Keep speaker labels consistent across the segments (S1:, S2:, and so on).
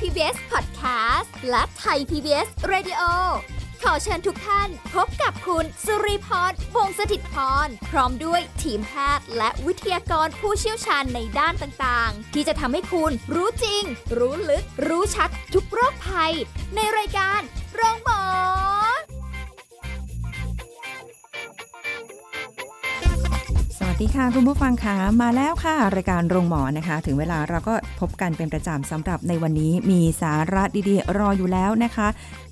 S1: PBS Podcast และไทย PBS Radio ขอเชิญทุกท่านพบกับคุณสุริพรวงศสถิตพร พร้อมด้วยทีมแพทย์และวิทยากรผู้เชี่ยวชาญในด้านต่างๆ ที่จะทำให้คุณรู้จริง รู้ลึก รู้ชัดทุกโรคภัย ในรายการโรงพยาบาล
S2: สวัสดีค่ะ คุณผู้ฟังค่ะมาแล้วค่ะ รายการโรงหมอนะคะ ถึงเวลาเราก็พบกันเป็นประจำสำหรับในวันนี้มีสาระดีๆ รออยู่แล้วนะคะ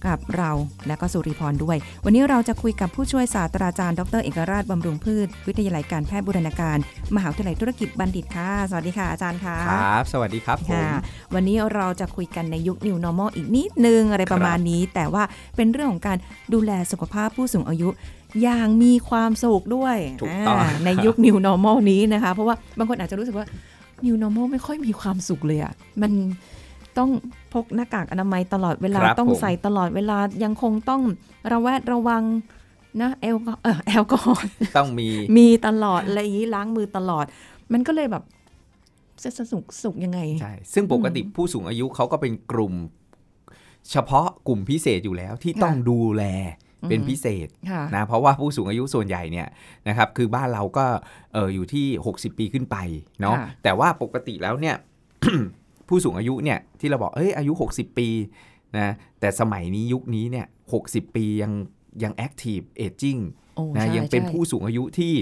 S2: กับเราและก็สุริพรด้วย วันนี้เราจะคุยกับผู้ช่วยศาสตราจารย์ดรเอกราชบำรุงพืช วิทยาลัยการแพทย์บูรณาการ มหาวิทยาลัยธุรกิจบัณฑิตค่ะ สวัสดีค่ะอาจารย์ค่ะ
S3: ครับ สวัสดีครับผม
S2: ค่ะวันนี้เราจะคุยกันในยุค New Normal อีกนิดนึงอะไรประมาณนี้ แต่ว่าเป็นเรื่องของการดูแลสุขภาพผู้สูงอายุ อย่างมีความสุขด้วย
S3: ถูกต้อง
S2: าในยุค New Normal นี้นะคะ เพราะว่าบางคนอาจจะรู้สึกว่า New Normal ไม่ค่อยมีความสุขเลยอะมันต้องพกหน้ากากอนามัยตลอดเวลา
S3: ครับ
S2: ต้อง
S3: ผม
S2: ใส่ตลอดเวลายังคงต้องระแวดระวังนะแอลกอเอ อแอลกอฮอล์
S3: ต้องมี
S2: มีตลอดอะไรอย่างนี้ล้างมือตลอด มันก็เลยแบบจะสนุกสุขยังไง
S3: ใช่ ซึ่งปกติผู้สูงอายุเขาก็เป็นกลุ่ม เฉพาะกลุ่มพิเศษอยู่แล้วที่ต้องดูแลเป็นพิเศษ
S2: ค่ะ
S3: นะ เพราะว่าผู้สูงอายุส่วนใหญ่เนี่ยนะครับ คือบ้านเราก็เอออยู่ที่ 60 ปีขึ้นไปเนาะ
S2: ค่ะ
S3: แต่ว่าปกติแล้วเนี่ย ผู้สูงอายุเนี่ยที่เราบอก เอ้ย อายุ 60 ปีนะ แต่สมัยนี้ยุคนี้เนี่ย 60 ปียังยังแอคทีฟเอจิ้ง
S2: โอ้
S3: นะ
S2: ใช่
S3: ยังเป็น
S2: ใช่
S3: ผู้สูงอายุที่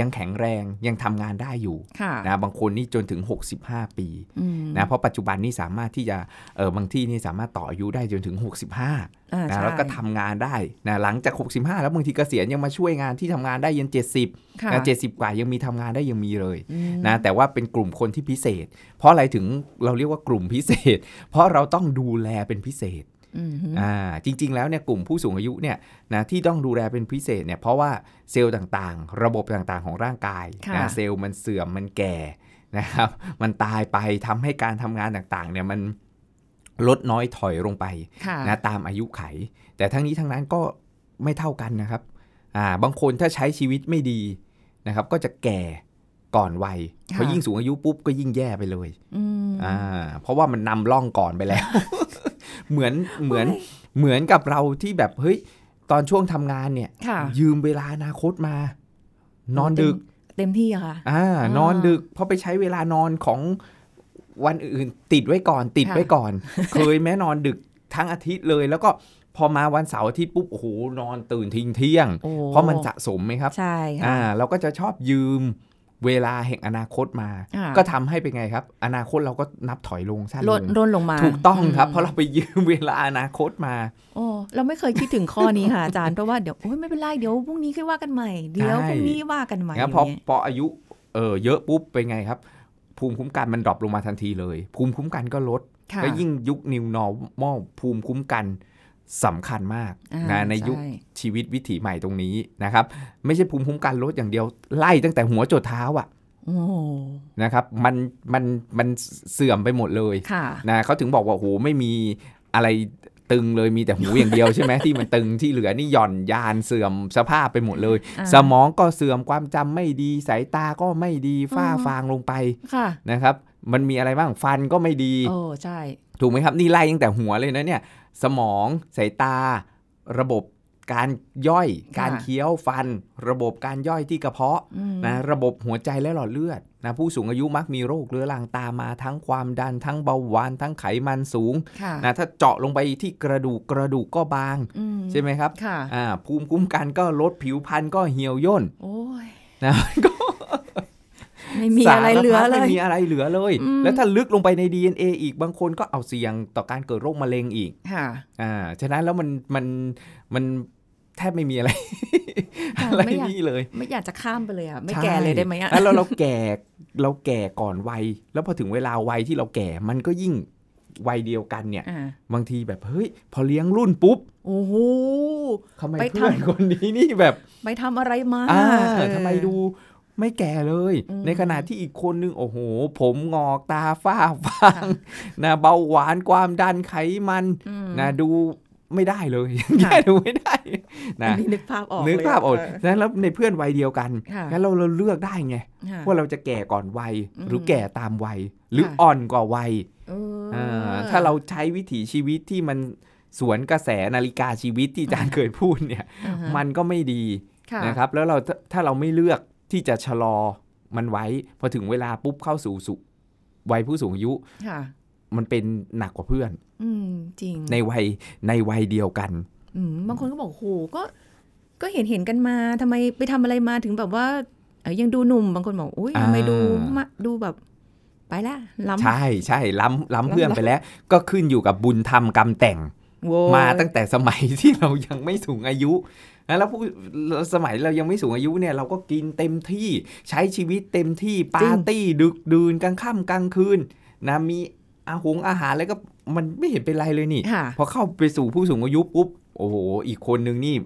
S3: ยังแข็งแรงยังทำงานได้อยู่
S2: ค่ะ
S3: นะบางคนนี่จนถึง 65 ปี
S2: อืม
S3: นะเพราะปัจจุบันนี่สามารถที่จะเออบางที่นี่สามารถต่ออายุได้จนถึง 65
S2: อ่า
S3: นะ
S2: ใช่
S3: แล้วก็ทำงานได้นะหลังจาก 65 แล้วบางทีเกษียณยังมาช่วยงานที่ทำงานได้ยัน 70
S2: ค่ะ
S3: นะ70 กว่ายังมีทำงานได้ยังมีเลย
S2: อืม
S3: นะแต่ว่าเป็นกลุ่มคนที่พิเศษ เพราะอะไรถึงเราเรียกว่ากลุ่มพิเศษ เพราะเราต้องดูแลเป็นพิเศษ
S2: อืม
S3: อ่าจริง ๆ แล้วเนี่ยกลุ่มผู้สูงอายุเนี่ยนะที่ต้องดูแลเป็นพิเศษเนี่ยเพราะว่าเซลล์ต่างๆ ระบบต่างๆ ของร่างกาย
S2: ค่ะ
S3: นะเซลล์มันเสื่อมมันแก่นะครับ มันตายไปทำให้การทำงานต่างๆเนี่ยมันลดน้อยถอยลงไป
S2: ค่ะ
S3: นะตามอายุไข แต่ทั้งนี้ทั้งนั้นก็ไม่เท่ากันนะครับอ่าบางคนถ้าใช้ชีวิตไม่ดีนะครับ ก็จะแก่ก่อนวัยพอยิ่งสูงอายุปุ๊บก็ยิ่งแย่ไปเลย
S2: อืม
S3: อ่าเพราะว่ามันนำร่องก่อนไปแล้ว เหมือนเหมือนเหมือนกับเราที่แบบเฮ้ยตอนช่วงทำงานเนี่ย
S2: ค่ะ
S3: ยืมเวลาอนาคตมา นอนดึก
S2: เต็มที่อะค่ะ
S3: อ่า
S2: อ่าน
S3: อนดึกเพราะไปใช้เวลานอนของวันอื่นติดไว้ก่อนติด
S2: ค่ะ
S3: ไว้ก่อน เคยแม้นอนดึกทั้งอาทิตย์เลย แล้วก็พอมาวันเสาร์อาทิตย์ปุ๊บโอ้โหนอนตื่นทิ้งเที่ยง
S2: โอ้
S3: เพราะมันสะสมไหมครับ
S2: ใช่ค่ะ
S3: อ่าเราก็จะชอบยืมเวลาแห่งอนาคตมา
S2: อ่า
S3: ก็ทำให้เป็นไงครับ อนาคตเราก็นับถอยลงสั้น
S2: ล
S3: ล
S2: ด
S3: ง
S2: ร่นลงมา
S3: ถูกต้องครับ
S2: ม
S3: เพราะเราไปยืมเวลาอนาคตมา
S2: โอ้เราไม่เคยคิดถึงข้อนี้ค่ะ อาจารย์เพราะว่าเดี๋ยวโอ้ยไม่เป็นไรเดี๋ยวพรุ่งนี้ค่อยว่ากันใหม่เดี๋ยว
S3: ใช่
S2: พรุ่งนี้ว่ากันใหม่
S3: งั้น
S2: อ
S3: พอย่าง
S2: เงี้ย
S3: พออายุเออเยอะปุ๊บเป็นไงครับ ภูมิคุ้มกันมันดรอปลงมาทันทีเลย ภูมิคุ้มกันก็ลด
S2: ค่ะ
S3: ก็ยิ่งยุค new normal ภูมิคุ้มกันสำคัญมาก
S2: อ่า
S3: นะในยุค
S2: ใช่
S3: ชีวิตวิถีใหม่ตรงนี้นะครับ ไม่ใช่ภูมิคุ้มกันลดอย่างเดียวไล่ตั้งแต่หัวจดเท้าอะ
S2: โอ้
S3: นะครับมันมันมันเสื่อมไปหมดเลย
S2: ค่ะ
S3: นะเขาถึงบอกว่าโหไม่มีอะไรตึงเลยมีแต่หูอย่างเดียว ใช่ไหมที่มันตึงที่เหลือนี่หย่อนยานเสื่อมสภาพไปหมดเลย
S2: อ่า
S3: สมองก็เสื่อมความจำไม่ดีสายตาก็ไม่ดีฝ้า
S2: อ๋อ
S3: ฟางลงไป
S2: ค่ะ
S3: นะครับ มันมีอะไรบ้างฟันก็ไม่ดี
S2: โอ้ใช่
S3: ถูกไหมครับ นี่ไล่ตั้งแต่หัวเลยนะเนี่ย สมองสายตา ระบบการย่อย การเคี้ยวฟัน ระบบการย่อยที่กระเพาะ
S2: อืม
S3: นะระบบหัวใจและหลอดเลือดนะผู้สูงอายุมักมีโรคเรื้อรังตามมาทั้งความดันทั้งเบาหวานทั้งไขมันสูง
S2: ค่ะ
S3: นะถ้าเจาะลงไปที่กระดูกกระดูกก็บาง
S2: อืม
S3: ใช่ไหมครับ
S2: ค่ะ
S3: อ่าภูมิคุ้มกันก็ลดผิวพรรณก็เหี่ยวย่น
S2: โอ้ย
S3: นะ ก็
S2: ไม่มีอะไรเหลือเล
S3: สารพัด
S2: ย
S3: ไม่มีอะไรเหลือเลย
S2: อืม
S3: แล้วถ้าลึกลงไปใน DNA อีกบางคนก็เอาเสี่ยงต่อการเกิดโรคมะเร็งอีก
S2: ค่ะ
S3: อ่าฉะนั้นแล้วมันมันมันแทบไม่มีอะไร อะไร
S2: ไม่อยาก
S3: นี่เลย
S2: ไม่อยากจะข้ามไปเลยอ่ะ ไม่
S3: ใช่
S2: แก่เลยได้ไหมอ่ะ
S3: แล้วเราเราแก่เราแก่ก่อนวัย แล้วพอถึงเวลาวัยที่เราแก่มันก็ยิ่งวัยเดียวกันเนี่ย
S2: อ่า
S3: บางทีแบบเฮ้ย พอเลี้ยงรุ่นปุ๊บ
S2: โอ้โห
S3: ทำไม
S2: ไปทำ
S3: เพื่อนคนนี้นี่แบบ
S2: ไปทำอะไรมา
S3: อ่า
S2: เออ
S3: ทำไมดูไม่แก่เลย
S2: อืม
S3: ในขณะที่อีกคนนึง โอ้โห ผมงอกตาฝ้าฟางนะเบาหวานความดันไขมัน
S2: อืม
S3: นะดู ไม่ได้ เลย แก้ดูไม่ได้นะ
S2: อันนี้นึกภาพออก
S3: นึก
S2: เลย
S3: ภาพออก
S2: เ
S3: ฉะนั้นแล้วในเพื่อนวัยเดียวกัน
S2: ค่ะ
S3: งั้นเราเราเลือกได้ไง
S2: ค่ะ
S3: ว่าเราจะแก่ก่อนวัย
S2: อืม
S3: หรือแก่ตามวัย หรือ
S2: ค่ะ
S3: อ่อนกว่าวัย
S2: เอออ
S3: อ่าถ้าเราใช้วิถีชีวิตที่มันสวนกระแสนาฬิกาชีวิตที่อาจารย์เคยพูดเนี่ย
S2: อ่าฮะ
S3: มันก็ไม่ดี
S2: ค่ะ
S3: นะครับ แล้วเราถ้าถ้าเราไม่เลือกที่จะชะลอมันไว้ พอถึงเวลาปุ๊บเข้าสู่สุวัยผู้สูงอายุ
S2: ค่ะ
S3: มันเป็นหนักกว่าเพื่อน
S2: อืม จริง
S3: ในวัยในวัยเดียวกัน
S2: อืมบางคนก็บอกโหก็ ก็เห็นเห็นกันมาทำไมไปทำอะไรมาถึงแบบว่าเอ้ยยังดูหนุ่มบางคนบอกโอ้ย
S3: อ่า
S2: ทำไมดูมาดูแบบ ไปละล้ำ
S3: ใช่ใช่ล้ำล้ำเพื่อนไปแล้ว ก็ขึ้นอยู่กับบุญธรรมกรรมแต่ง
S2: โว้
S3: มาตั้งแต่สมัยที่เรายังไม่สูงอายุนะแล้วผู้สมัยเรายังไม่สูงอายุเนี่ยเราก็กินเต็มที่ใช้ชีวิตเต็มที่ปาร์ตี้ดึกดื่นกลางค่ำกลางคืนนะมีอาหงอาหารแล้วก็มันไม่เห็นเป็นไรเลยนี่
S2: ค่ะ
S3: พอเข้าไปสู่ผู้สูงอายุปุ๊บ โอ้โห อีกคนนึงนี่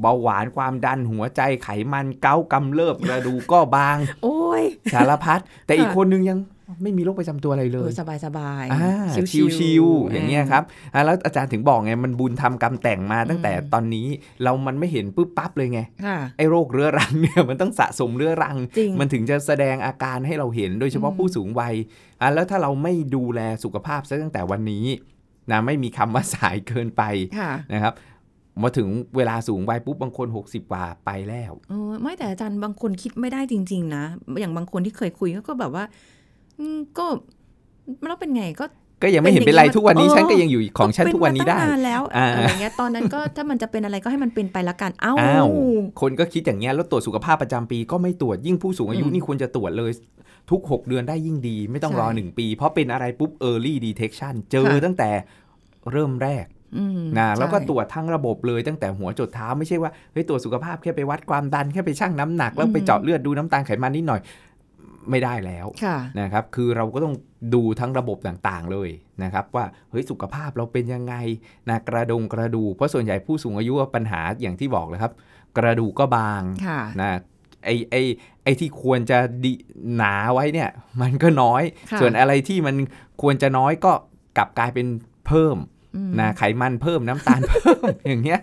S3: เบาหวานความดันหัวใจไขมันเกากำเริบกระดูกก็บาง
S2: โอ้ย
S3: สารพัดแต่อีก
S2: ค่ะ
S3: คนนึงยังไม่มีโรคประจำตัวอะไรเล
S2: เออย สบายสบาย
S3: อ่า
S2: ชิวๆ
S3: ชิวๆอย่างเงี้ยครับอ่าแล้วอาจารย์ถึงบอกไง มันบุญทำกรรมแต่งมาตั้งแต่ตอนนี้เรามันไม่เห็นปุ๊บปั๊บเลยไง
S2: ค่ะ
S3: ไอ้โรคเรื้อรังเนี่ยมันต้องสะสมเรื้อรัง
S2: จริง
S3: มันถึงจะแสดงอาการให้เราเห็นโดยเฉพาะ
S2: อืม
S3: ผู้สูงวัยอ่ะแล้วถ้าเราไม่ดูแลสุขภาพซะตั้งแต่วันนี้นะไม่มีคำว่าสายเกินไป
S2: ค่ะ
S3: นะครับมาถึงเวลาสูงวัยปุ๊บบางคน 60 กว่าไปแล้ว
S2: เออไม่แต่อาจารย์บางคนคิดไม่ได้จริง ๆ นะ อย่างบางคนที่เคยคุยก็ก็แบบว่า อืมก็แล้วเป็นไงก็
S3: ก็ยังไม่เห็นเป็นไร
S2: เป็นอย่างนี้
S3: ทุกวันนี้
S2: มา
S3: ฉันก็
S2: เออ
S3: ยังอยู่ของฉัน
S2: เป็
S3: ทุกวันนี้ได้
S2: มาตั้งานแล้ว
S3: อ่า
S2: อะไรเงี้ยตอนนั้นก็ถ้ามันจะเป็นอะไรก็ให้มันเป็นไปละกันเอ้า
S3: อ้าว คนก็คิดอย่างเงี้ยแล้วตรวจสุขภาพประจำปีก็ไม่ตรวจยิ่งผู้สูงอายุ
S2: อืม
S3: นี่ควรจะตรวจเลย ทุก 6 เดือนได้ยิ่งดี ไม่ต้องรอ
S2: ใช่
S3: 1 ปี เพราะเป็นอะไรปุ๊บ early detection เจอ
S2: ค่ะ
S3: ตั้งแต่เริ่มแรก
S2: อืม
S3: นะ
S2: ใช่
S3: แล้วก็ตรวจทั้งระบบเลยตั้งแต่หัวจดเท้าไม่ใช่ว่าเฮ้ยตรวจสุขภาพแค่ไปวัดความดันแค่ไปชั่งน้ำหนัก แล้ว
S2: อืม
S3: ไปเจาะเลือดดูน้ำตาลไขมันนิดหน่อยไม่ได้แล้ว
S2: ค่ะ
S3: นะครับคือเราก็ต้องดูทั้งระบบต่างๆเลยนะครับว่าเฮ้ยสุขภาพเราเป็นยังไงนะกระดงกระดูกเพราะส่วนใหญ่ผู้สูงอายุปัญหาอย่างที่บอกเลยครับ กระดูกก็บาง
S2: ค่ะ
S3: นะไอไอไอที่ควรจะดีหนาไว้เนี่ยมันก็น้อย
S2: ค่ะ
S3: ส่วนอะไรที่มันควรจะน้อยก็กลับกลายเป็นเพิ่ม
S2: อืม
S3: นะไขมันเพิ่มน้ำตาลเพิ่ม อย่างเงี้ย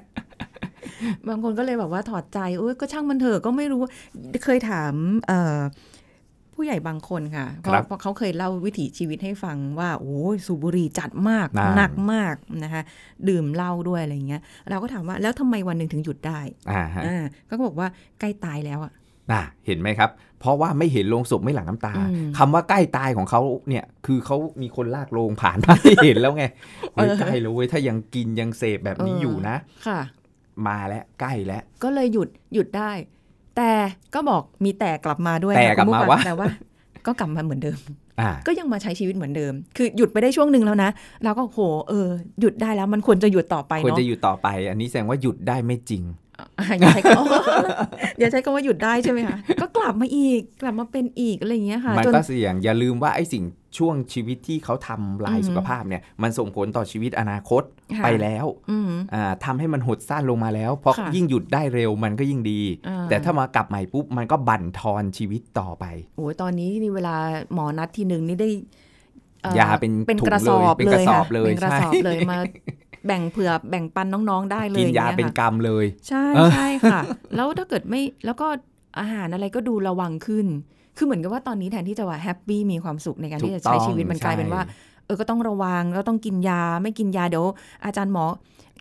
S2: บางคนก็เลยแบบว่าถอดใจเอ้ยก็ช่างมันเถอะก็ไม่รู้เคยถามเอ่อผู้ใหญ่บางคนค่ะเพราะ
S3: ครับ
S2: เพราะเขาเคยเล่าวิถีชีวิตให้ฟังว่าโอ้ยสูบบุหรี่จัดมาก
S3: นั่น
S2: หนักมากนะคะดื่มเหล้าด้วยอะไรเงี้ย เราก็ถามว่าแล้วทำไมวันหนึ่งถึงหยุดได้
S3: อ่าฮะ
S2: อ่าก็บอกว่าใกล้ตายแล้วอ่ะ
S3: น่ะเห็นไหมครับ เพราะว่าไม่เห็นโลงศพไม่หลั่งน้ำตา
S2: อืม
S3: คำว่าใกล้ตายของเขาเนี่ย คือเขามีคนลากโลงผ่านมา ให้เห็นแล้วไงเฮ้ ย
S2: เออ
S3: ใกล้แล้วเว้ยถ้ายังกินยังเสพแบบนี้
S2: เอออ
S3: อยู่นะ
S2: ค่ะ
S3: มาแล้วใกล้แล้ว
S2: ก็เลยหยุดหยุดได้ แต่ก็บอกมีแต่กลับมาด้วย
S3: แต่
S2: ค่ะ
S3: กลับ
S2: คุณ
S3: มา
S2: ผู้ฟัง
S3: ว่า
S2: แต่ว่า ก็กลับมาเหมือนเดิม
S3: อ่า
S2: ก็ยังมาใช้ชีวิตเหมือนเดิม คือหยุดไปได้ช่วงหนึ่งแล้วนะ เราก็โห เออ หยุดได้แล้วมันควรจะหยุดต่อไป
S3: ควร
S2: เนาะ
S3: จะอยู่ต่อไป อันนี้แสดงว่าหยุดได้ไม่จริง
S2: อ่ะอย่าใช้ คำ อย่าใช้คำว่าหยุดได้ใช่ไหมคะ ก็กลับมาอีก กลับมาเป็นอีกอะไรอย่างเงี้ยค่ะ
S3: มัน
S2: จน
S3: ก็เสี่ยงอย่าลืมว่าไอ้สิ่งช่วงชีวิตที่เขาทำลาย
S2: อืม
S3: สุขภาพเนี่ย มันส่งผลต่อชีวิตอนาคต
S2: ค่ะ
S3: ไปแล้ว
S2: อืม
S3: อ่าทำให้มันหดสั้นลงมาแล้วเพราะ
S2: ค่ะ
S3: ยิ่งหยุดได้เร็วมันก็ยิ่งดี
S2: อ่
S3: แต่ถ้ามากลับใหม่ปุ๊บ มันก็บั่นทอนชีวิตต่อไป
S2: โอ้ยตอนนี้นี่เวลาหมอนัดทีหนึ่งนี่ได้อ่อย
S3: าเป็น
S2: เป็น
S3: ถุง
S2: กระสอบ
S3: เป็น
S2: เล
S3: กระ
S2: ย
S3: สอ
S2: ค่ะ
S3: บเลย
S2: เป็นกระ
S3: ใช่
S2: สอบเลยมา แบ่งเผื่อแบ่งปันน้องๆได้เลย
S3: กินยา
S2: อง
S3: เป็น
S2: งี้ค่ะ
S3: กรรมเลย
S2: ใช่
S3: เออ
S2: ใช่ค่ะ แล้วถ้าเกิดไม่แล้วก็อาหารอะไรก็ดูระวังขึ้น คือเหมือนกับว่าตอนนี้แทนที่จะว่าแฮปปี้มีความสุขในการ
S3: ถู
S2: ที่
S3: ก
S2: จะ
S3: ต้
S2: ใช้
S3: อง
S2: ชีวิตมันกลายเป็นว่า
S3: ใช่
S2: เออก็ต้องระวังก็ต้องกินยาไม่กินยาเดี๋ยวอาจารย์หมอ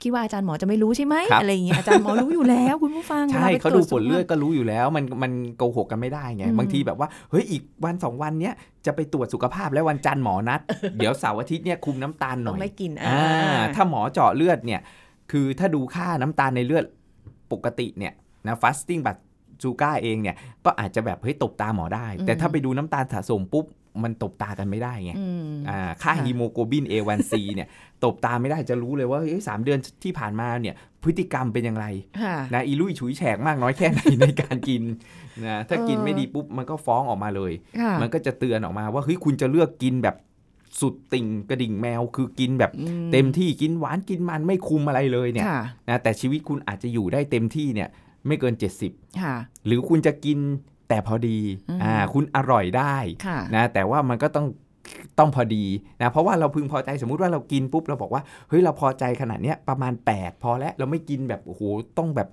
S2: คิดว่าอาจารย์หมอจะไม่รู้ใช่ไหมอะไรอย่างเงี้ยอาจารย์หมอรู้อยู่แล้วคุณผู้ฟัง
S3: ใช่
S2: วลไป
S3: เขา
S2: ตร
S3: ดู
S2: วจ
S3: ผลเลือด
S2: สุขภา
S3: ก็รู้อยู่แล้ว มันมันโกหกกันไม่ได้ไง
S2: อืม
S3: บางทีแบบว่า เฮ้ย อีกวันสองวันเนี้ยจะไปตรวจสุขภาพแล้ววันจันทร์หมอนัด เดี๋ยวเสาร์อาทิตย์เนี่ยคุมน้ำตาล
S2: ต้
S3: หน่
S2: อ
S3: องย
S2: ไม่กิน
S3: อ่าถ้าหมอเจาะเลือดเนี่ย คือถ้าดูค่าน้ำตาลในเลือดปกติเนี่ยนะฟาสติ้งบัตซูก้าเองเนี่ยก็อาจจะแบบเฮ้ยตบตาหมอได้ แต่ถ้าไปดูน้ำตาลสะสมปุ๊บมันตบตากันไม่ได้ไง
S2: อืม
S3: อ่าค่า
S2: ค่ะ
S3: ฮีโมโกลบิน A1C เนี่ย ตบตามไม่ได้จะรู้เลยว่าเอ้ยสามเดือนที่ผ่านมาเนี่ย พฤติกรรมเป็นอย่างไร
S2: ค่ะ
S3: นะอีลุยฉุยแฉกมากน้อยแค่ไหน ในการกินนะถ้า
S2: เออ
S3: กินไม่ดีปุ๊บ มันก็ฟ้องออกมาเลย
S2: ค่ะ
S3: มันก็จะเตือนออกมาว่าเฮ้ยคุณจะเลือกกินแบบสุดติ่งกระดิ่งแมว คือกินแบบ
S2: อื
S3: เต็มที่กินหวานกินมันไม่คุมอะไรเลยเนี่ย
S2: ค่ะ
S3: นะแต่ชีวิตคุณอาจจะอยู่ได้เต็มที่เนี่ยไม่เกิน 70
S2: ค่ะ
S3: หรือคุณจะกินแต่พอดี
S2: อืม
S3: อ่าคุณอร่อยได้
S2: ค่ะ
S3: นะแต่ว่ามันก็ต้อง ต้องพอดีนะเพราะว่าเราพึงพอใจสมมุติว่าเรากินปุ๊บเราบอกว่าเฮ้ยเราพอใจขนาดเนี้ยประมาณ 8 พอแล้วเราไม่กินแบบโอ้โหต้องแบบ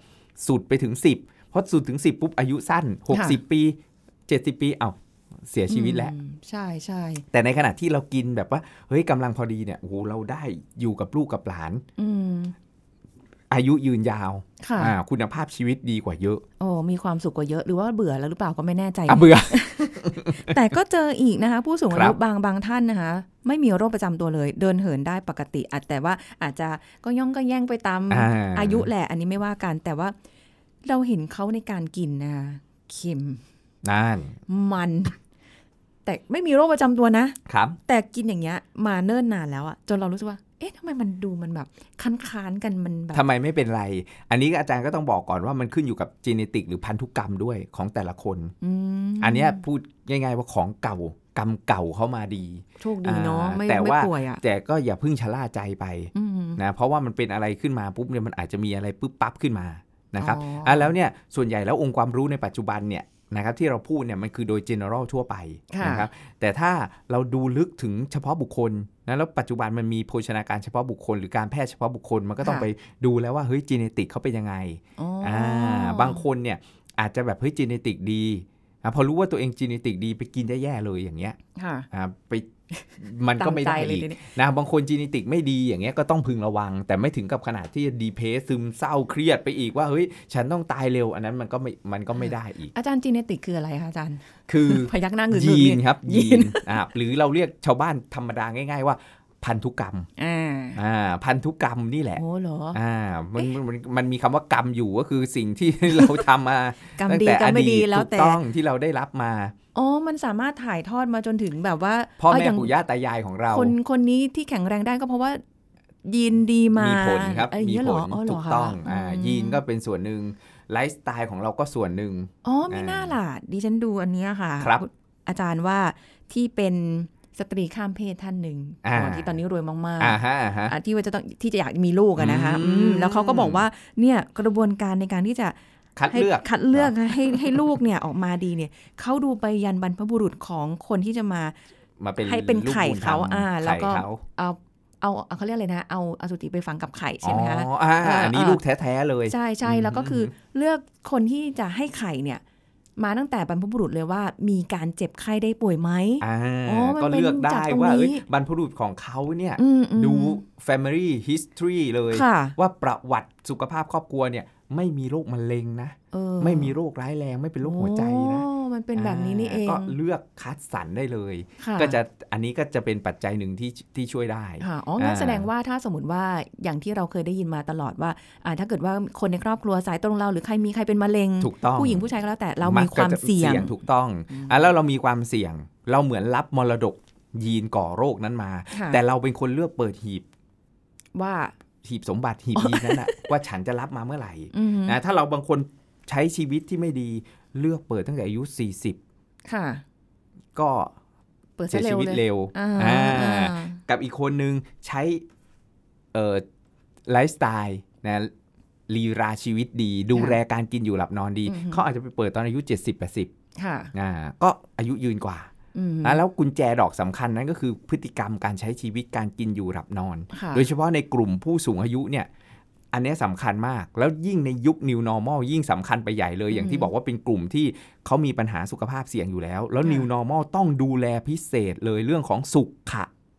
S3: สุดไปถึง 10 เพราะสุดถึง 10 ปุ๊บอายุสั้น 60 ปี 70 ปีเอ้าเสียชีวิตแล้ว
S2: อืมใช่ใช่
S3: แต่ในขณะที่เรากินแบบว่าเฮ้ยกำลังพอดีเนี่ยโอ้โหเราได้อยู่กับลูกกับหลาน
S2: อืม
S3: อายุยืนยาว
S2: ค่ะ
S3: อ่าคุณภาพชีวิตดีกว่าเยอะ
S2: โอ้มีความสุขกว่าเยอะหรือว่าเบื่อแล้วหรือเปล่าก็ไม่แน่ใจ
S3: อ่ะเบื่อ
S2: แต่ก็เจออีกนะคะ ผู้สูงอา
S3: ครั
S2: ยุ
S3: บ
S2: บางบางท่านนะคะ ไม่มีโรคประจำตัวเลย เดินเหินได้ปกติอาจแต่ว่าอาจจะก็ย่องก็แย่งไปตาม อายุแหละ อันนี้ไม่ว่ากันแต่ว่าเราเห็นเขาในการกินนะคะเค็ม
S3: นั่น
S2: มัน แต่ไม่มีโรคประจำตัวนะ
S3: ครับ
S2: แต่กินอย่างเงี้ยมาเนิ่นนานแล้วอะจนเรารู้สึกว่า เอ๊ะทำไมมันดูมันแบบค้านๆกันมันแบบ
S3: ทำไมไม่เป็นไร อันนี้อาจารย์ก็ต้องบอกก่อนว่ามันขึ้นอยู่กับจีเนติกหรือพันธุกรรมด้วยของแต่ละคน
S2: ม
S3: อันเนี้ยพูดง่ายๆว่าของเก่ากรรมเก่าเข้ามาดี
S2: โชคดีเนาะ
S3: อ่า
S2: ไม่
S3: แต่
S2: ไม่
S3: ว่า
S2: ป่วยอ่ะ
S3: แต่ก็อย่าเพิ่งชะล่าใจไป
S2: อืม
S3: นะ เพราะว่ามันเป็นอะไรขึ้นมาปุ๊บเนี่ยมันอาจจะมีอะไรปุ๊บปั๊บขึ้นมานะครับ
S2: อ๋ออ่
S3: อ่ะแล้วเนี่ยส่วนใหญ่แล้วองค์ความรู้ในปัจจุบันเนี่ยนะครับที่เราพูดเนี่ยมันคือโดย general ทั่วไปนะครับ แต่ถ้าเราดูลึกถึงเฉพาะบุคคลนะแล้วปัจจุบันมันมีโภชนาการเฉพาะบุคคล หรือการแพทย์เฉพาะบุคคลมันก็ต้องไปดูแล้วว่าเฮ้ยจีเนติกเขาเป็นยังไง
S2: อ๋ออ
S3: อ่าบางคนเนี่ยอาจจะแบบเฮ้ยจีเนติกดีอ่ะพอรู้ว่าตัวเองจีเนติกดีไปกินแย่ๆเลยอย่างเงี้ย
S2: ค่ะ
S3: อ่าไปมันก็ไม่
S2: ตา
S3: ได้
S2: ใจเลย
S3: อีก
S2: ทีนี้
S3: นะบางคนจีเนติกไม่ดีอย่างเงี้ยก็ต้องพึงระวัง แต่ไม่ถึงกับขนาดที่ดีเพสซึมเศร้าเครียดไปอีกว่าเฮ้ยฉันต้องตายเร็ว อันนั้นมันก็ไม่มันก็ไม่ได้อีก
S2: อาจารย์จีเนติกคืออะไรคะอาจารย์
S3: คือ
S2: พยักหน้าเงือก
S3: ยีน
S2: เงือก
S3: ครับ
S2: ยี
S3: ยี
S2: น
S3: นอ่าหรือเราเรียกชาวบ้านธรรมดาง่าย ๆ ว่าพันธุกรรม
S2: อ่า
S3: อ่าพันธุกรรมนี่แหละ
S2: โอ้เหรอ
S3: อ่ามันมันมันมีคำว่ากรรมอยู่ก็คือสิ่งที่ เราทำมา
S2: กรรม
S3: ตั้ง
S2: ดี
S3: แต่
S2: กร
S3: อ
S2: รมไม่
S3: ดี
S2: ดี
S3: ต
S2: แล้ว
S3: ถูก
S2: แต่
S3: ต้องที่เราได้รับมา
S2: อ๋อมันสามารถถ่ายทอดมาจนถึงแบบว่า
S3: พ่อแม่
S2: ย่าง
S3: ปู่ย่าตายายของเรา
S2: คนคนนี้ที่แข็งแรงได้ก็เพราะว่า ยีนดีมา
S3: มี
S2: มี
S3: ผลครับ
S2: มี
S3: มี
S2: ย
S3: ผ
S2: เหรอ
S3: ล
S2: อ๋อเหร
S3: ถูก
S2: คะ
S3: ต้องอ่าม ยีนก็เป็นส่วนหนึ่งไลฟ์สไตล์ของเราก็ส่วนหนึ่ง
S2: อ๋อไม่น่าล่ะดิฉันดูอันเนี้ยค่ะ
S3: ครับ
S2: อาจารย์ว่าที่เป็นสตรีข้ามเพศท่านหนึ่ง
S3: อ่า
S2: ที่ตอนนี้รวยมากๆ
S3: อ่าฮะอ่าฮะ
S2: อ่ะที่ว่าจะต้องที่จะอยากมีลูกอะนะคะ
S3: อืม
S2: อืมแล้วเขาก็บอกว่าเนี่ยกระบวนการในการที่จะ
S3: คัด
S2: ให้
S3: เลือก
S2: คัดเลือกให้ให้ลูกเนี่ยออกมาดีเนี่ยเขาดูไปยันบรรพบุรุษของคนที่จะมา
S3: มาเป็น
S2: ให้เป็น
S3: ลูก
S2: ไข่
S3: บุญธรรม
S2: เขาอ่าแล้วก็
S3: ไข่เขา
S2: เอาเอาเอาเขาเรียกอะไรนะเอาอสุจิไปฝังกับไข่ใช่ไหมคะ
S3: อ๋ออ่า
S2: เอออั
S3: อันนี้
S2: เออ
S3: ลูกแท้ๆเลย
S2: ใช่ใช่
S3: อืม
S2: แล้วก็คืออเลือกคนที่จะให้ไข่เนี่ย มาตั้งแต่บรรพบุรุษเลยว่ามีการเจ็บไข้ได้ป่วยไหม
S3: า
S2: อ๋อมัน
S3: ก็เลือก
S2: เป็นจา
S3: ได้
S2: กตรง
S3: ว่าเอ้ย
S2: นี้
S3: บรรพบุรุษของเขาเนี่ย
S2: อืมอืม
S3: ดู family history เลย
S2: ค่ะ
S3: ว่าประวัติสุขภาพครอบครัวเนี่ยไม่มีโรคมะเร็งนะ
S2: เออ
S3: ไม่มีโรคร้ายแรงไม่เป็นโรคหัวใจนะ
S2: โอ้มันเป็นแบบนี้นี่เอ
S3: าง ก็เลือกคัดสรรได้เลย
S2: ค่
S3: ก็จะอันนี้ก็จะเป็นปัจจัยหนึ่งที่ที่ช่วยได้
S2: ค่ะอ๋องั้น
S3: อ่า
S2: แสดงว่าถ้าสมมติว่าอย่างที่เราเคยได้ยินมาตลอดว่าอ่า ถ้าเกิดว่าคนในครอบครัวสายตรงเราหรือใครมีใครเป็นมะเร็ง
S3: ถูกต้อง
S2: ผู้หญิงผู้ชายก็แล้วแต่เรามี
S3: ก
S2: ค
S3: ก็
S2: วาม
S3: จะ
S2: เสี่ยง
S3: ถูกต้อง
S2: อืม
S3: อ่ะแล้วเรามีความเสี่ยง เราเหมือนรับมรดกยีนก่อโรคนั้นมา
S2: ค่ะ
S3: แต่เราเป็นคนเลือกเปิดหีบ
S2: ว่า
S3: หีบสมบัติหีบยีนนั้น นะ ว่าฉันจะรับมาเมื่อไหร่
S2: อืม
S3: นะถ้าเราบางคนใช้ชีวิตที่ไม่ดีเลือกเปิดตั้งแต่อายุ
S2: ค่ะ
S3: 40 ก็
S2: เปิด
S3: เสี
S2: ซะ
S3: ย
S2: เร็
S3: ชี
S2: ว
S3: วิต
S2: เลย
S3: เร็ว
S2: อ่า
S3: อ่า
S2: อ่า
S3: กับอีกคนนึงใช้เอ่อไลฟ์สไตล์นะลีราชีวิตดี ดูแลการกินอยู่หลับนอนดี เขาอาจจะไปเปิดตอนอายุ 70 80
S2: ค่ะ
S3: อ่าก็อายุยืนกว่า
S2: อืม
S3: นะแล้วกุญแจดอกสำคัญนั้นก็คือพฤติกรรมการใช้ชีวิตการกินอยู่หลับนอน
S2: ค่ะ
S3: โดยเฉพาะในกลุ่มผู้สูงอายุเนี่ย อันเนี้ยสำคัญมาก แล้วยิ่งในยุค new normal ยิ่งสำคัญไปใหญ่เลย อย่างที่บอกว่าเป็นกลุ่มที่เขามีปัญหาสุขภาพเสี่ยงอยู่แล้ว แล้ว new normal ต้องดูแลพิเศษเลยเรื่องของสุข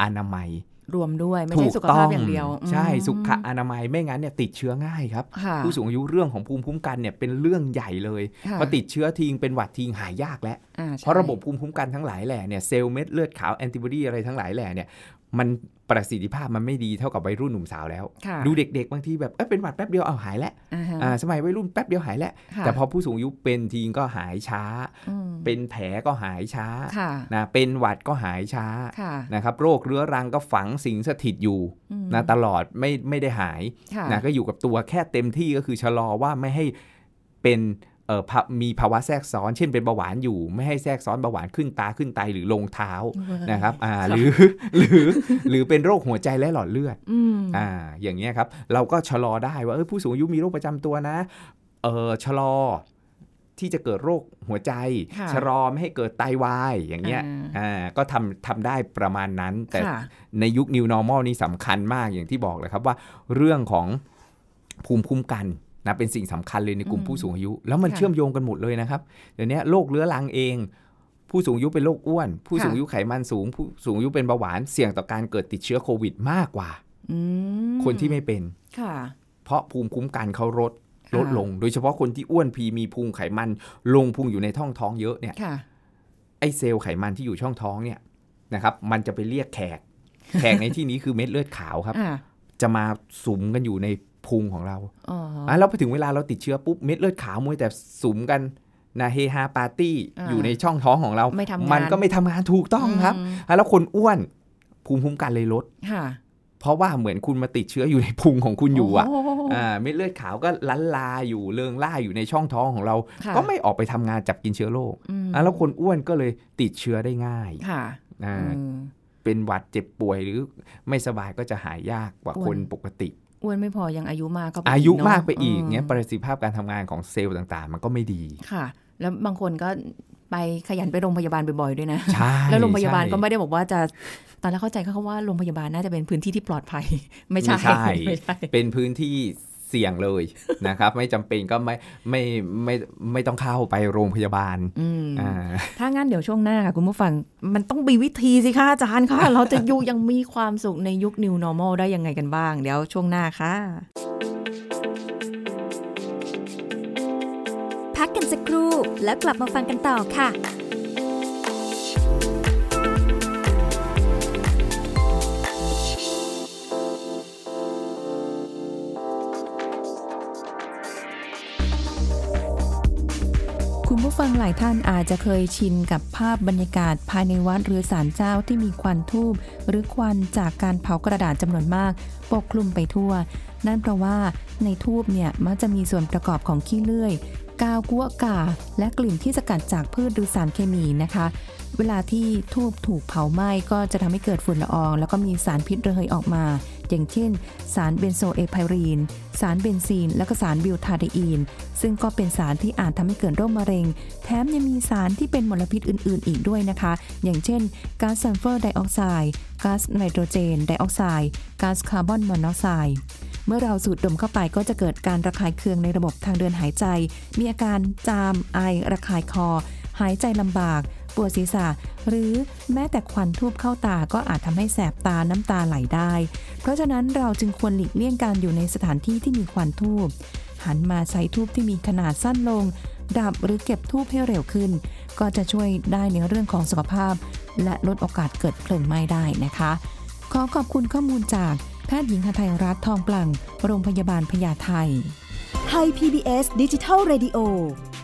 S3: อนามัย
S2: รวมด้วยไม่ใช่สุขภาพอย่างเดียว
S3: ใช่
S2: อืม
S3: สุขอนามัยไม่งั้นเนี่ยติดเชื้อง่ายครับ
S2: ค่ะ
S3: ผู้สูงอายุเรื่องของภูมิคุ้มกันเนี่ยเป็นเรื่องใหญ่เลย
S2: ค่ะ
S3: พอติดเชื้อทิ้งเป็นหวัดทิ้งหายยากแล้ว
S2: อ่
S3: เพ
S2: ใช่
S3: ราะระบบภูมิคุ้มกันทั้งหลายแหล่เนี่ยเซลล์เม็ดเลือดขาวแอนติบอดีอะไรทั้งหลายแหล่เนี่ยมันประสิทธิภาพมันไม่ดีเท่ากับวัยรุ่นหนุ่มสาวแล้ว
S2: ค่ะ
S3: ดูเด็กๆบางทีแบบเอ้ยเป็นหวัดแป๊บเดียวเอาหายแล้ว
S2: อ่าฮะ
S3: อ่าสมัยวัยรุ่นแป๊บเดียวหายแล้ว
S2: ค่ะ
S3: แต่พอผู้สูงอายุเป็นทีงก็หายช้า
S2: ม
S3: เป็นแผลก็หายช้า
S2: ค่ะ
S3: นะเป็นหวัดก็หายช้า
S2: ค่ะ
S3: นะครับโรคเรื้อรังก็ฝังสิงสถิตอยู่
S2: อืม
S3: นะตลอดไม่ไม่ได้หาย
S2: ค่ะ
S3: นะก็อยู่กับตัวแค่เต็มที่ก็คือชะลอว่าไม่ให้เป็นเอ่อภามีภาวะแทรกซ้อน เช่นเป็นเบาหวานอยู่ ไม่ให้แทรกซ้อนเบาหวานขึ้นตาขึ้นไตหรือลงเท้านะครับอ่าหรือ หรือหรือเป็นโรคหัวใจและหลอดเลือด
S2: อืม
S3: อ่าอย่างเงี้ยครับ เราก็ชะลอได้ว่าเออผู้สูงอายุมีโรคประจำตัวนะเออชะลอ ที่จะเกิดโรคหัวใจ
S2: ค่ะ
S3: ชะลอไม่ให้เกิดไตวายอย่างเงี้ยอ่าก็ทำทำได้ประมาณนั้นแต่
S2: ค่ะ
S3: ในยุค New Normal นี่สำคัญมากอย่างที่บอกเลยครับว่าเรื่องของภูมิคุ้มกันนะเป็นสิ่งสำคัญเลยในกลุ่ม
S2: อืม
S3: ผู้สูงอายุ แล้วมัน
S2: ค่ะ
S3: เชื่อมโยงกันหมดเลยนะครับเดี๋ยวนี้โรคเรื้อรังเอง ผู้สูงอายุเป็นโรคอ้วน ผู้
S2: ค่ะ
S3: สูงอายุไขมันสูง ผู้สูงอายุเป็นเบาหวานเสี่ยงต่อการเกิดติดเชื้อโควิดมากกว่า
S2: อืม
S3: คนที่ไม่เป็น
S2: ค่ะ
S3: เพราะภูมิคุ้มกันเขาลด
S2: ค่ะ
S3: ลดลง โดยเฉพาะคนที่อ้วนพีมีภูมิไขมัน ลงพุงอยู่ในท้องท้องเยอะเนี่ย
S2: ค่ะ
S3: ไอเซลล์ไขมันที่อยู่ช่องท้องเนี่ยนะครับมันจะไปเรียกแขก แขกในที่นี้คือเม็ดเลือดขาวครับ
S2: อ่า
S3: จะมาสุมกันอยู่ในพุงของเรา
S2: อ๋อ
S3: อ่ะแล้วพอถึงเวลาเราติดเชื้อปุ๊บเม็ดเลือดขาวมัวแต่สุมกันนะเฮฮาปาร์ตี้
S2: า
S3: อยู่ในช่องท้องของเรา
S2: ไม่ทำงาน
S3: มันก็ไม่ทำงานถูกต้องครับ
S2: ม
S3: อ่ะแล้วคนอ้วนภูมิคุ้มกันเลยลด
S2: ค่ะ
S3: เพราะว่าเหมือนคุณมาติดเชื้ออยู่ในพุงของคุณอยู่อ่ะ
S2: โโห
S3: อ่าเม็ดเลือดขาวก็ลันลาอยู่เริงล่าอยู่ในช่องท้องของเรา
S2: ค่ะ
S3: ก็ไม่ออกไปทำงานจับกินเชื้อโรค
S2: อืม
S3: อ่ะแล้วคนอ้วนก็เลยติดเชื้อได้ง่าย
S2: ค่ะ
S3: อ่า
S2: อืม
S3: เป็นหวัดเจ็บป่วยหรือไม่สบายก็จะหายยากกว่า
S2: อ้วน
S3: คนปกติ
S2: อ้วนไม่พอยังอายุมากก็ไป
S3: อายุ
S2: เนะ
S3: มากไปอีก
S2: ม
S3: เงี้ยประสิทธิภาพการทำงานของเซลล์ต่างๆ มันก็ไม่ดี
S2: ค่ะ แล้วบางคนก็ไปขยันไปโรงพยาบาลบ่อยๆด้วยนะ
S3: ใช่
S2: แล้วโรงพยาบาลก็
S3: ใช่
S2: ไม่ได้บอกว่าจะ ตอนแรกเข้าใจเขาว่าโรงพยาบาลน่าจะเป็นพื้นที่ที่ปลอดภัย ไม่ใช่
S3: ไม่ใช่
S2: ไม่ใช่
S3: เป็นพื้นที่เสี่ยงเลย นะครับ ไม่จำเป็นก็ไม่ไม่ไม่ไม่ต้องเข้าไปโรงพยาบาล
S2: อืม
S3: อ่า
S2: ถ้างั้นเดี๋ยวช่วงหน้าค่ะคุณผู้ฟัง มันต้องมีวิธีสิคะอาจารย์ค่ะ เราจะอยู่อยังมีความสุขในยุค new normal ได้ยังไงกันบ้าง เดี๋ยวช่วงหน้าค่ะ
S1: พักกันสักครู่ แล้วกลับมาฟังกันต่อค่ะ
S2: คุณผู้ฟังหลายท่านอาจจะเคยชินกับภาพบรรยากาศภายในวัดหรือศาลเจ้าที่มีควันทูบหรือควันจากการเผากระดาษจำนวนมาก ปกคลุมไปทั่ว นั่นเพราะว่าในทูบเนี่ยมักจะมีส่วนประกอบของขี้เลื่อย กาวกัวกา และกลิ่นที่สกัดจากพืชหรือสารเคมีนะคะ เวลาที่ทูบถูกเผาไหม้ก็จะทำให้เกิดฝุ่นละออง แล้วก็มีสารพิษระเหยออกมา อย่างเช่น สารเบนโซเอไพรีน สารเบนซีน และก็สารบิวทาไดอีน ซึ่งก็เป็นสารที่อาจทำให้เกิดโรคมะเร็ง แถมยังมีสารที่เป็นมลพิษอื่น ๆ อีกด้วยนะคะ อย่างเช่นก๊าซซัลเฟอร์ไดออกไซด์ก๊าซไนโตรเจนไดออกไซด์ก๊าซคาร์บอนมอนอกไซด์เมื่อเราสูดดมเข้าไปก็จะเกิดการระคายเคืองในระบบทางเดินหายใจ มีอาการจาม ไอ ระคายคอ หายใจลำบาก ปวดศีรษะ หรือแม้แต่ควันทูบเข้าตาก็อาจทำให้แสบตาน้ำตาไหลได้ เพราะฉะนั้นเราจึงควรหลีกเลี่ยงการอยู่ในสถานที่ที่มีควันทูบ หันมาใช้ทูบที่มีขนาดสั้นลง ดับหรือเก็บทูบให้เร็วขึ้น ก็จะช่วยได้ในเรื่องของสุขภาพ และลดโอกาสเกิดเพลิงไหม้ได้นะคะ ขอขอบคุณข้อมูลจากแพทย์หญิงหทัยรัตน์ทองปลัง โรงพยาบาลพญาไท
S4: ไทย PBS ดิจิทัล Radio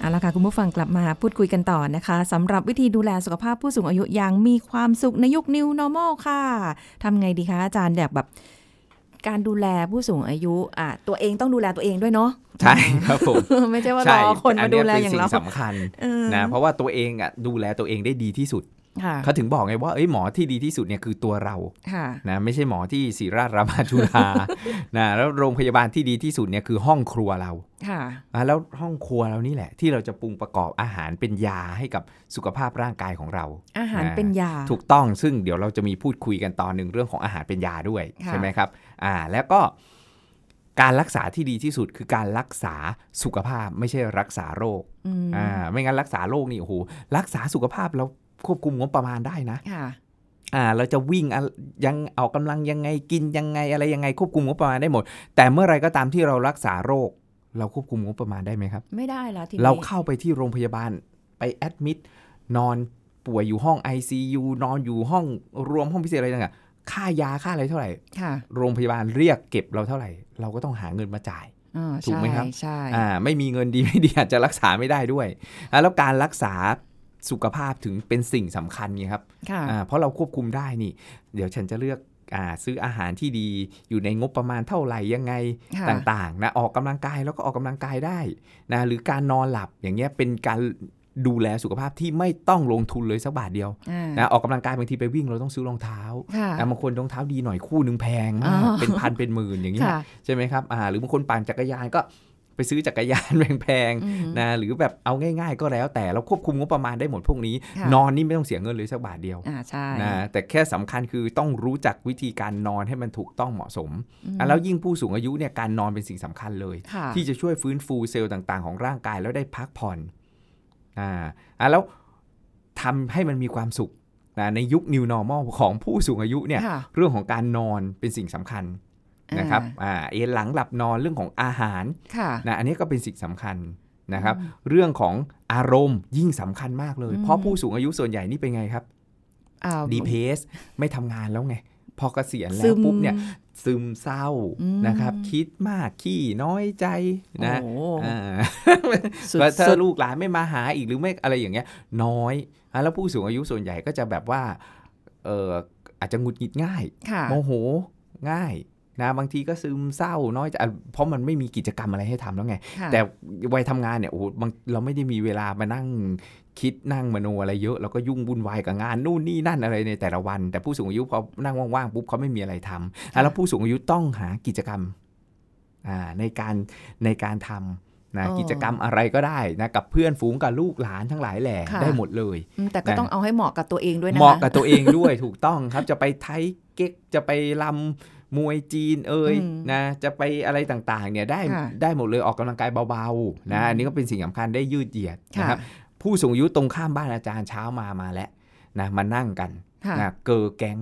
S2: เอาละค่ะ คุณผู้ฟังกลับมาพูดคุยกันต่อนะคะสำหรับวิธีดูแลสุขภาพผู้สูงอายุอย่างมีความสุขในยุค New Normal ค่ะทำไงดีคะอาจารย์แบบแบบ การดูแลผู้สูงอายุอ่ะตัวเองต้องดูแลตัวเองด้วยเนาะ
S3: ใช่ครับผม
S2: ไม่ใช่ว่า
S3: ใช่
S2: รอคน
S3: อั
S2: มา
S3: เนี้
S2: ดู
S3: ย
S2: แล
S3: เป็น
S2: อย่าง
S3: สิ่
S2: เรา
S3: งสำคัญ
S2: เออ
S3: นะเพราะว่าตัวเองอ่ะดูแลตัวเองได้ดีที่สุด
S2: ค่ะ
S3: เขาถึงบอกไงว่าเอ้ยหมอที่ดีที่สุดเนี่ยคือตัวเรา
S2: ค่ะ
S3: นะไม่ใช่หมอที่ศิริราชรามาจุฬา นะแล้วโรงพยาบาลที่ดีที่สุดเนี่ยคือห้องครัวเรา
S2: ค่ะ
S3: อ่ะแล้วห้องครัวเรานี่แหละ ที่เราจะปรุงประกอบอาหารเป็นยาให้กับสุขภาพร่างกายของเรา
S2: อาหาร
S3: อ่า
S2: เป็นยา
S3: ถูกต้องซึ่งเดี๋ยวเราจะมีพูดคุยกันตอนหนึ่งเรื่องของอาหารเป็นยาด้วย
S2: ค่ะ
S3: ใช่ไหมครับอ่าแล้วก็การรักษาที่ดีที่สุดคือการรักษาสุขภาพไม่ใช่รักษาโรค
S2: อืม
S3: อ่าไม่งั้นรักษาโรคนี่โอ้โหรักษาสุขภาพเราควบคุมงบประมาณได้นะ
S2: ค่ะ
S3: อ่าเราจะวิ่งอะยังออกกำลังยังไงกินยังไงอะไรยังไงควบคุมงบประมาณได้หมด แต่เมื่อไรก็ตามที่เรารักษาโรค เราควบคุมงบประมาณได้ไหมครับ
S2: ไม่ได้ละทีนี้
S3: เราเข้าไปที่โรงพยาบาลไปแอดมิดนอนป่วยอยู่ห้อง ICU นอนอยู่ห้องรวมห้องพิเศษอะไรต่างๆค่ายาค่าอะไรเท่าไหร่
S2: ค่ะ
S3: โรงพยาบาลเรียกเก็บเราเท่าไหร่ เราก็ต้องหาเงินมาจ่าย
S2: อ่า
S3: ถูกไหมครับ
S2: ใช่ใช่
S3: อ่าไม่มีเงินดีไม่ดีอาจจะรักษาไม่ได้ด้วยอ่ะแล้วการรักษา สุขภาพถึงเป็นสิ่งสำคัญไงครับ
S2: ค่ะ
S3: อ่าเพราะเราควบคุมได้นี่ เดี๋ยวฉันจะเลือกอาซื้ออาหารที่ดีอยู่ในงบประมาณเท่าไหร่ยังไง
S2: ค่ะ
S3: ต่างๆนะออกกำลังกายแล้วก็ออกกำลังกายได้นะหรือการนอนหลับอย่างเงี้ยเป็นการดูแลสุขภาพที่ไม่ต้องลงทุนเลยสักบาทเดียว
S2: อ่า
S3: นะออกกำลังกายบางทีไปวิ่งเราต้องซื้อรองเท้า
S2: ค่ะ
S3: นะบางคนรองเท้าดีหน่อยคู่หนึงแพงมาก
S2: อ๋อ
S3: เป็นพันเป็นหมื่นอย่างเงี้ย
S2: ค่ะ
S3: ใช่ไหมครับอ่าหรือบางคนปั่นจักรยานก็ไปซื้อจักรยาน แพง
S2: อืม
S3: ๆนะหรือแบบเอาง่าย ๆ ก็แล้วแต่เราควบคุมงบประมาณได้หมดพวกนี้
S2: ค่ะ
S3: นอนนี่ไม่ต้องเสียเงินเลยสักบาทเดียว
S2: อ่าใช่
S3: นะแต่แค่สำคัญคือต้องรู้จักวิธีการนอนให้มันถูกต้องเหมาะสม
S2: อืม
S3: อ่ะแล้วยิ่งผู้สูงอายุเนี่ยการนอนเป็นสิ่งสำคัญเลย
S2: ค่ะ
S3: ที่จะช่วยฟื้นฟูเซลล์ต่างๆ ของร่างกายแล้วได้พักผ่อนอ่าอ่ะแล้วทำให้มันมีความสุขนะในยุค New Normal ของผู้สูงอายุเนี่ย
S2: ค่ะ
S3: เรื่องของการนอนเป็นสิ่งสำคัญนะครับอ่าเอนหลังหลับนอนเรื่องของอาหาร
S2: ค่ะ
S3: นะอันนี้ก็เป็นสิ่งสำคัญนะครับ เรื่องของอารมณ์ยิ่งสำคัญมากเลย
S2: อืม
S3: เพราะผู้สูงอายุส่วนใหญ่นี่เป็นไงครับ
S2: อ่า
S3: ดีเพสไม่ทำงานแล้วไง พอเกษียณแล้
S2: ซึ
S3: ว
S2: ม
S3: ปุ๊บเนี่ยซึมเศร้า
S2: อืม
S3: นะครับ คิดมากขี้น้อยใจนะ
S2: โอ้
S3: อ่า
S2: สุด
S3: แล้วถ้า
S2: สุด
S3: ลูกหลานไม่มาหาอีกหรือไม่อะไรอย่างเงี้ย น้อยอ่ะแล้วผู้สูงอายุส่วนใหญ่ก็จะแบบว่าเอออาจจะหงุดหงิดง่าย
S2: ค่ะ
S3: โมโหง่ายนะบางทีก็ซึมเศร้าน้อยใจอ่ะเพราะมันไม่มีกิจกรรมอะไรให้ทำแล้วไง
S2: ค่ะ
S3: แต่วัยทำงานเนี่ยโอ้โหบางเราไม่ได้มีเวลามานั่งคิดนั่งมโนอะไรเยอะแล้วก็ยุ่งวุ่นวายกับงานนู่นนี่นั่นอะไรในแต่ละวัน แต่ผู้สูงอายุพอนั่งว่างๆปุ๊บเขาไม่มีอะไรทำอ่ะแล้วผู้สูงอายุต้องหากิจกรรมอ่าในการในการทำนะ
S2: อ๋อ
S3: กิจกรรมอะไรก็ได้นะกับเพื่อนฝูงกับลูกหลานทั้งหลายแหล่
S2: ค่ะ
S3: ได้หมดเลย
S2: อืมแต่ก็
S3: นะ
S2: ต้องเอาให้เหมาะกับตัวเองด้วยนะคะ
S3: เหมาะกับตัวเองด้วย ถูกต้องครับ จะไปไทยเก๊กจะไปลำมวยจีนเอ่ย
S2: อืม
S3: นะจะไปอะไรต่างๆเนี่ยได้
S2: ค่ะ
S3: ได้หมดเลยออกกำลังกายเบาๆนะ
S2: อืม
S3: อันนี้ก็เป็นสิ่งสำคัญได้ยืดเหยียด
S2: ค่ะ
S3: นะครับผู้สูงอายุตรงข้ามบ้านอาจารย์เช้ามามาแล้วนะมานั่งกัน
S2: ค่ะ
S3: นะเกอแก๊ง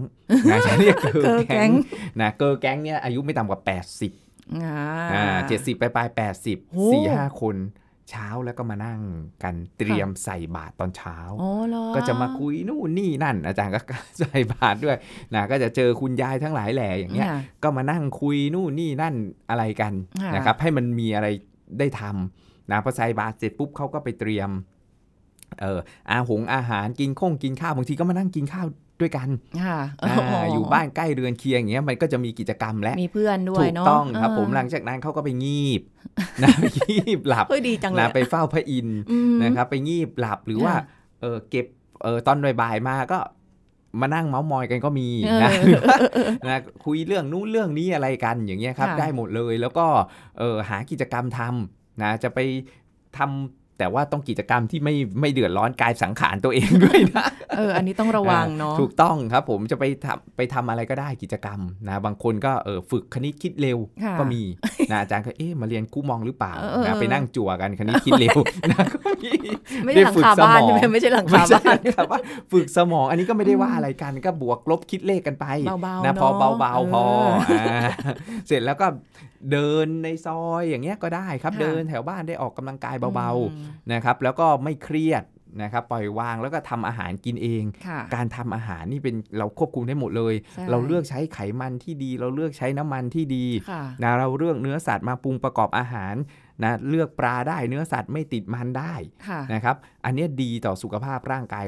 S3: นะ ฉันเรียกเกอ
S2: เกอแก๊
S3: แก๊
S2: ง
S3: งนะเกอแก๊งเนี่ยอายุไม่ต่ำกว่า 80
S2: อ่า
S3: อ่าเจ็ดสิบไปปลายแปดสิบ
S2: โอ้
S3: สี่ห้าคนเช้าแล้วก็มานั่งกันเตรียมใส่บาตรตอนเช้า
S2: โอ้เหรอ
S3: ก็จะมาคุยนู่นนี่นั่น อาจารย์ก็ ใส่บาตรด้วยนะก็จะเจอคุณยายทั้งหลายแหล่อย่างเงี้ยก็มานั่งคุยนู่นนี่นั่นอะไรกัน
S2: ค่ะ
S3: นะครับให้มันมีอะไรได้ทำนะพอใส่บาตรเสร็จปุ๊บเขาก็ไปเตรียมเอออาหงอาหารกินข้งกินข้าวบางทีก็มานั่งกินข้าวด้วยกัน
S2: ค่ะ
S3: นะอยู่บ้านใกล้เรือนเคียงอย่างเงี้ยมันก็จะมีกิจกรรมและ
S2: มีเพื่อนด้ว
S3: ถู
S2: ย
S3: ก
S2: เนาะ
S3: ต้องครับ
S2: เ
S3: ผมหลังจากนั้นเขาก็ไปงีบนะ ไปงีบหลับ
S2: เฮ้ยดีจังเลย
S3: นะ
S2: อะ
S3: ไปเฝ้าพระอินทร์
S2: อืม
S3: นะครับไปงีบหลับหรือว่า
S2: ค่ะ
S3: เออเก็บเออตอนบ่ายๆมาก็มานั่งเมาส์มอยกันก็มีนะ
S2: เออ
S3: หรือว่านะคุยเรื่องนู้นเรื่องนี้อะไรกันอย่างเงี้ยครับ
S2: ค่ะ
S3: ได้หมดเลยแล้วก็เออหากิจกรรมทำนะจะไปทำแต่ว่าต้องกิจกรรมที่ไม่ไม่เดือดร้อนกายสังขารตัวเองด้วยนะ
S2: เออ อันนี้ต้องระวังเนาะ
S3: ถูกต้องครับผมจะไปทำไปทำอะไรก็ได้กิจกรรมนะบางคนก็เออฝึกคณิตคิดเร็ว
S2: ค่ะ
S3: ก็มีนะอาจารย์ก็เอ๊ะมาเรียนคู่มองหรือเปล่า
S2: เออ
S3: นะไปนั่งจั่วกันคณิตคิดเร็วนะ ก็มี
S2: ไม่ใช่หลังคาบ้านใช่ไหม ไม่ใช่หลังคา
S3: ไม่ใช่
S2: บ้าน
S3: ครับว่าฝึกสมองอันนี้ก็ไม่ได้ว่าอะไรกันก็บวกลบคิดเลขกันไป
S2: เบาๆ
S3: นะ
S2: เนอะ
S3: พอเบาๆพอ
S2: เอออ่
S3: าเสร็จแล้วก็เดินในซอยอย่างเงี้ยก็ได้ครับ
S2: ค่ะ
S3: เดินแถวบ้านได้ออกกำลังกายเบา
S2: อืม
S3: ๆนะครับ แล้วก็ไม่เครียดนะครับปล่อยวางแล้วก็ทำอาหารกินเอง
S2: ค่ะ
S3: การทำอาหารนี่เป็นเราควบคุมได้หมดเลย
S2: ใช่
S3: เราเลือกใช้ไขมันที่ดี เราเลือกใช้น้ำมันที่ดี
S2: ค่ะ
S3: นะเราเลือกเนื้อสัตว์มาปรุงประกอบอาหารนะเลือกปลาได้เนื้อสัตว์ไม่ติดมันได้
S2: ค่ะ
S3: นะครับ อันเนี้ยดีต่อสุขภาพร่างกาย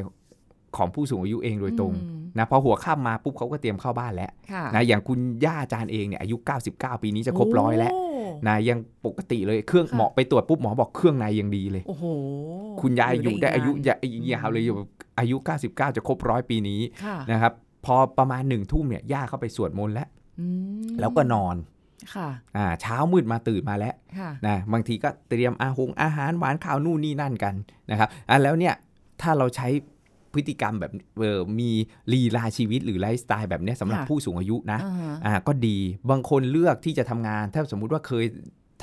S3: ของผู้สูงอายุเองโดยตรง
S2: อืม
S3: นะพอหัวข้ามมาปุ๊บเขาก็เตรียมเข้าบ้านแล้ว
S2: ค่ะ
S3: นะอย่างคุณย่าอาจารย์เองเนี่ยอายุ 99 ปีนี้จะครบร้อยแล้ว
S2: โ
S3: นะยังปกติเลยเครื่อง
S2: ค่ะ
S3: หมอไปตรวจปุ๊บหมอบอกเครื่องในยังดีเลย
S2: โอ้โห
S3: คุณยายอยู่ได้อายุ
S2: กน
S3: ยาวยาวเลยอยู่อายุ 99 จะครบร้อยปีนี้
S2: ค่ะ
S3: นะครับพอประมาณหนึ่งทุ่มเนี่ยย่าเข้าไปสวดมนต์แล้ว
S2: อืม
S3: แล้วก็นอน
S2: ค่ะ
S3: อ่าเช้ามืดมาตื่นมาแล้ว
S2: ค่ะ
S3: นะบางทีก็เตรียมอาหงอาหารหวานข้าวนู่นนี่นั่นกันนะครับอ่ะแล้วเนี่ยถ้าเราใช้พฤติกรรมแบบเออมีลีลาชีวิตหรือไลฟ์สไตล์แบบเนี้ยสำหรับ
S2: ค่ะ
S3: ผู้สูงอายุนะ
S2: อ่าฮะ
S3: อ่าก็ดีบางคนเลือกที่จะทำงาน ถ้าสมมุติว่าเคย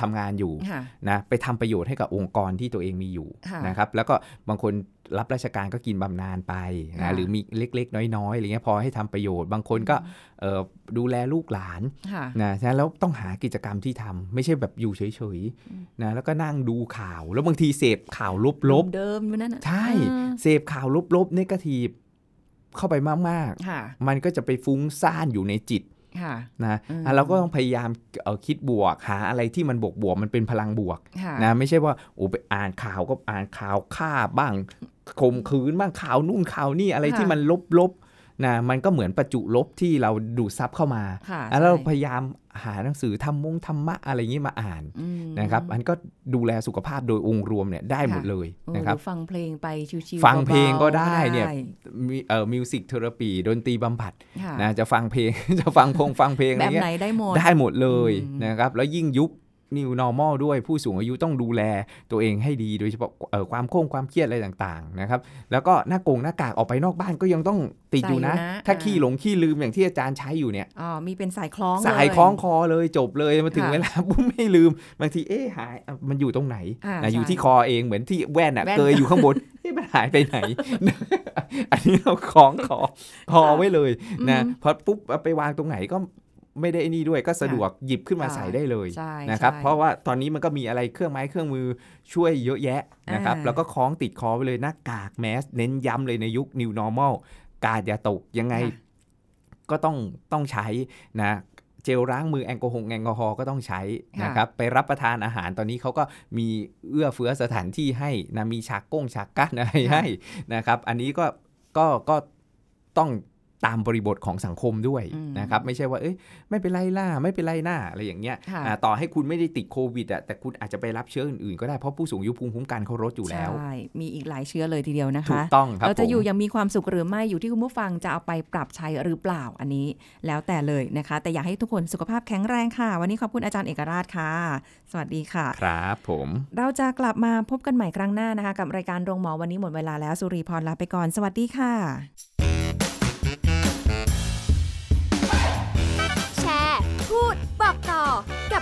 S3: ทำงานอยู่
S2: ค่ะ
S3: นะไปทำประโยชน์ให้กับองค์กรที่ตัวเองมีอยู่
S2: ค่ะ
S3: นะครับแล้วก็บางคนรับราชการก็กินบำนาญไป
S2: ค่ะ
S3: นะหรือมีเล็กๆ น้อยๆอะไรเงี้ยพอให้ทำประโยชน์ บางคนก็เอ่อดูแลลูกหลาน
S2: ค่ะ
S3: นะฉะนั้นแล้วต้องหากิจกรรมที่ทำไม่ใช่แบบอยู่เฉย
S2: อืม
S3: ๆนะแล้วก็นั่งดูข่าว แล้วบางทีเสพข่าวลบ
S2: เดิมๆอยู่นั่นน่ะ
S3: ๆ ใช่
S2: อ่า
S3: เสพข่าวลบๆเนกาทีฟเข้าไปมาก
S2: ค่ะ
S3: ๆ มันก็จะไปฟุ้งซ่านอยู่ในจิต
S2: ค่ะ
S3: นะ
S2: อืม
S3: อ่ะเราก็ต้องพยายามเอ่อคิดบวก หาอะไรที่มันบวกบวกๆมันเป็นพลังบวก
S2: ค่ะ
S3: นะไม่ใช่ว่าโอ้ไปอ่านข่าวก็อ่านข่าวฆ่าบ้าง ข่มขืนบ้างข่าวนู่นข่าวนี่อะไร
S2: ค่ะ
S3: ที่มันลบลบๆนะมันก็เหมือนประจุลบที่เราดูดซับเข้ามา
S2: ค่ะ
S3: แล้วเรา
S2: ใช่
S3: พยายามหาหนังสือธรรมมงธรรมะอะไรอย่างนี้มาอ่าน
S2: อืม
S3: นะครับมันก็ดูแลสุขภาพโดยองค์รวมเนี่ยได้หมดเลย
S2: เออ
S3: นะครั
S2: ห
S3: บ
S2: อฟังเพลงไปชิวๆ
S3: ฟังเพลงก็
S2: บาๆ
S3: ได้เนี่ย มีเอ่อมิวสิกเทอราปีดนตรีบำบัด
S2: ค่ะ
S3: นะจะฟังเพลง จะฟังพงฟังเพลงอะ
S2: แบ
S3: ไร
S2: บ
S3: เงี้
S2: ไหน
S3: ย
S2: ได้หมด
S3: ได้หมดเลย
S2: อืม
S3: นะครับ แล้วยิ่งยุค new normal ด้วยผู้สูงอายุต้องดูแลตัวเองให้ดีโดยเฉพาะเอ่อความโค้งความเครียดอะไรต่างๆนะครับแล้วก็หน้ากงหน้ากากออกไปนอกบ้านก็ยังต้องติดอยู่นะ
S2: ใส่อยู่นะ
S3: ถ้า
S2: อ่า
S3: ขี้หลงขี้ลืมอย่างที่อาจารย์ใช้อยู่เนี่ย
S2: อ๋อมีเป็นสายคล้อง
S3: สาย
S2: เล
S3: คล้องคอเลยจบเลยมาถึง
S2: ค่ะ
S3: เวลา ปุ๊บไม่ลืม บางทีเอ๊ะหายอ่ะมันอยู่ตรงไหน
S2: อ่า
S3: นะอยู่
S2: ใช่
S3: ที่คอเองเหมือนที่แว่นอ่ะ
S2: แว่น
S3: เกยอยู่ข้างบ น เอ๊ะมันหายไปไหน อันนี้เราคล้องคอคอไว้เลยนะพอปุ๊บเอาไปวางตรงไหนก็ไม่ได้ไอ้นี่ด้วยก็สะดวกหยิบขึ้นมาใส่ได้เลย
S2: ใช่
S3: นะครับ
S2: ใช่
S3: เพราะว่าตอนนี้มันก็มีอะไรเครื่องไม้เครื่องมือช่วยเยอะแยะนะครับ
S2: อ่า
S3: แล้วก็คล้องติดคอไปเลยหน้ากากแมสเน้นย้ำเลยในยุค new normal กาดอย่าตกยังไง
S2: ค่ะ
S3: ก็ต้องต้องใช้นะเจลล้างมือแอลกอฮอล์แอลกอฮอล์ก็ต้องใช้
S2: ค่ะ
S3: นะครับไปรับประทานอาหารตอนนี้เขาก็มีเอื้อเฟื้อสถานที่ให้นะมีฉากก้งฉากกั้นอะไรให้นะครับ อันนี้ก็ก็ก็ต้องตามบริบทของสังคมด้วย
S2: อืม
S3: นะครับ ไม่ใช่ว่าเอ้ยไม่เป็นไรล่าไม่เป็นไรหน้าอะไรอย่างเงี้ย
S2: ค่ะ
S3: อ่าต่อให้คุณไม่ได้ติดโควิดอะแต่คุณอาจจะไปรับเชื้ออื่นๆก็ได้เพราะผู้สูงอายุภูมิคุ้มกันเขาลดอยู่แล้ว
S2: ใช่มีอีกหลายเชื้อเลยทีเดียวนะ
S3: ถู
S2: คะ
S3: กต้องครับ
S2: เราจะ
S3: ผม
S2: อยู่อยังมีความสุขหรือไม่อยู่ที่คุณผู้ฟังจะเอาไปปรับใช้หรือเปล่าอันนี้ แล้วแต่เลยนะคะ แต่อยากให้ทุกคนสุขภาพแข็งแรงค่ะ วันนี้ขอบคุณอาจารย์เอกราชค่ะ สวัสดีค่ะ
S3: ครับผม
S2: เราจะกลับมาพบกันใหม่ครั้งหน้านะคะ กับรายการโรงหมอวันนี้หมดเวลาแล้วสุริพรลาไปก่อนสวัสดีค่ะ
S1: แชร์ พูด บอกต่อ กับ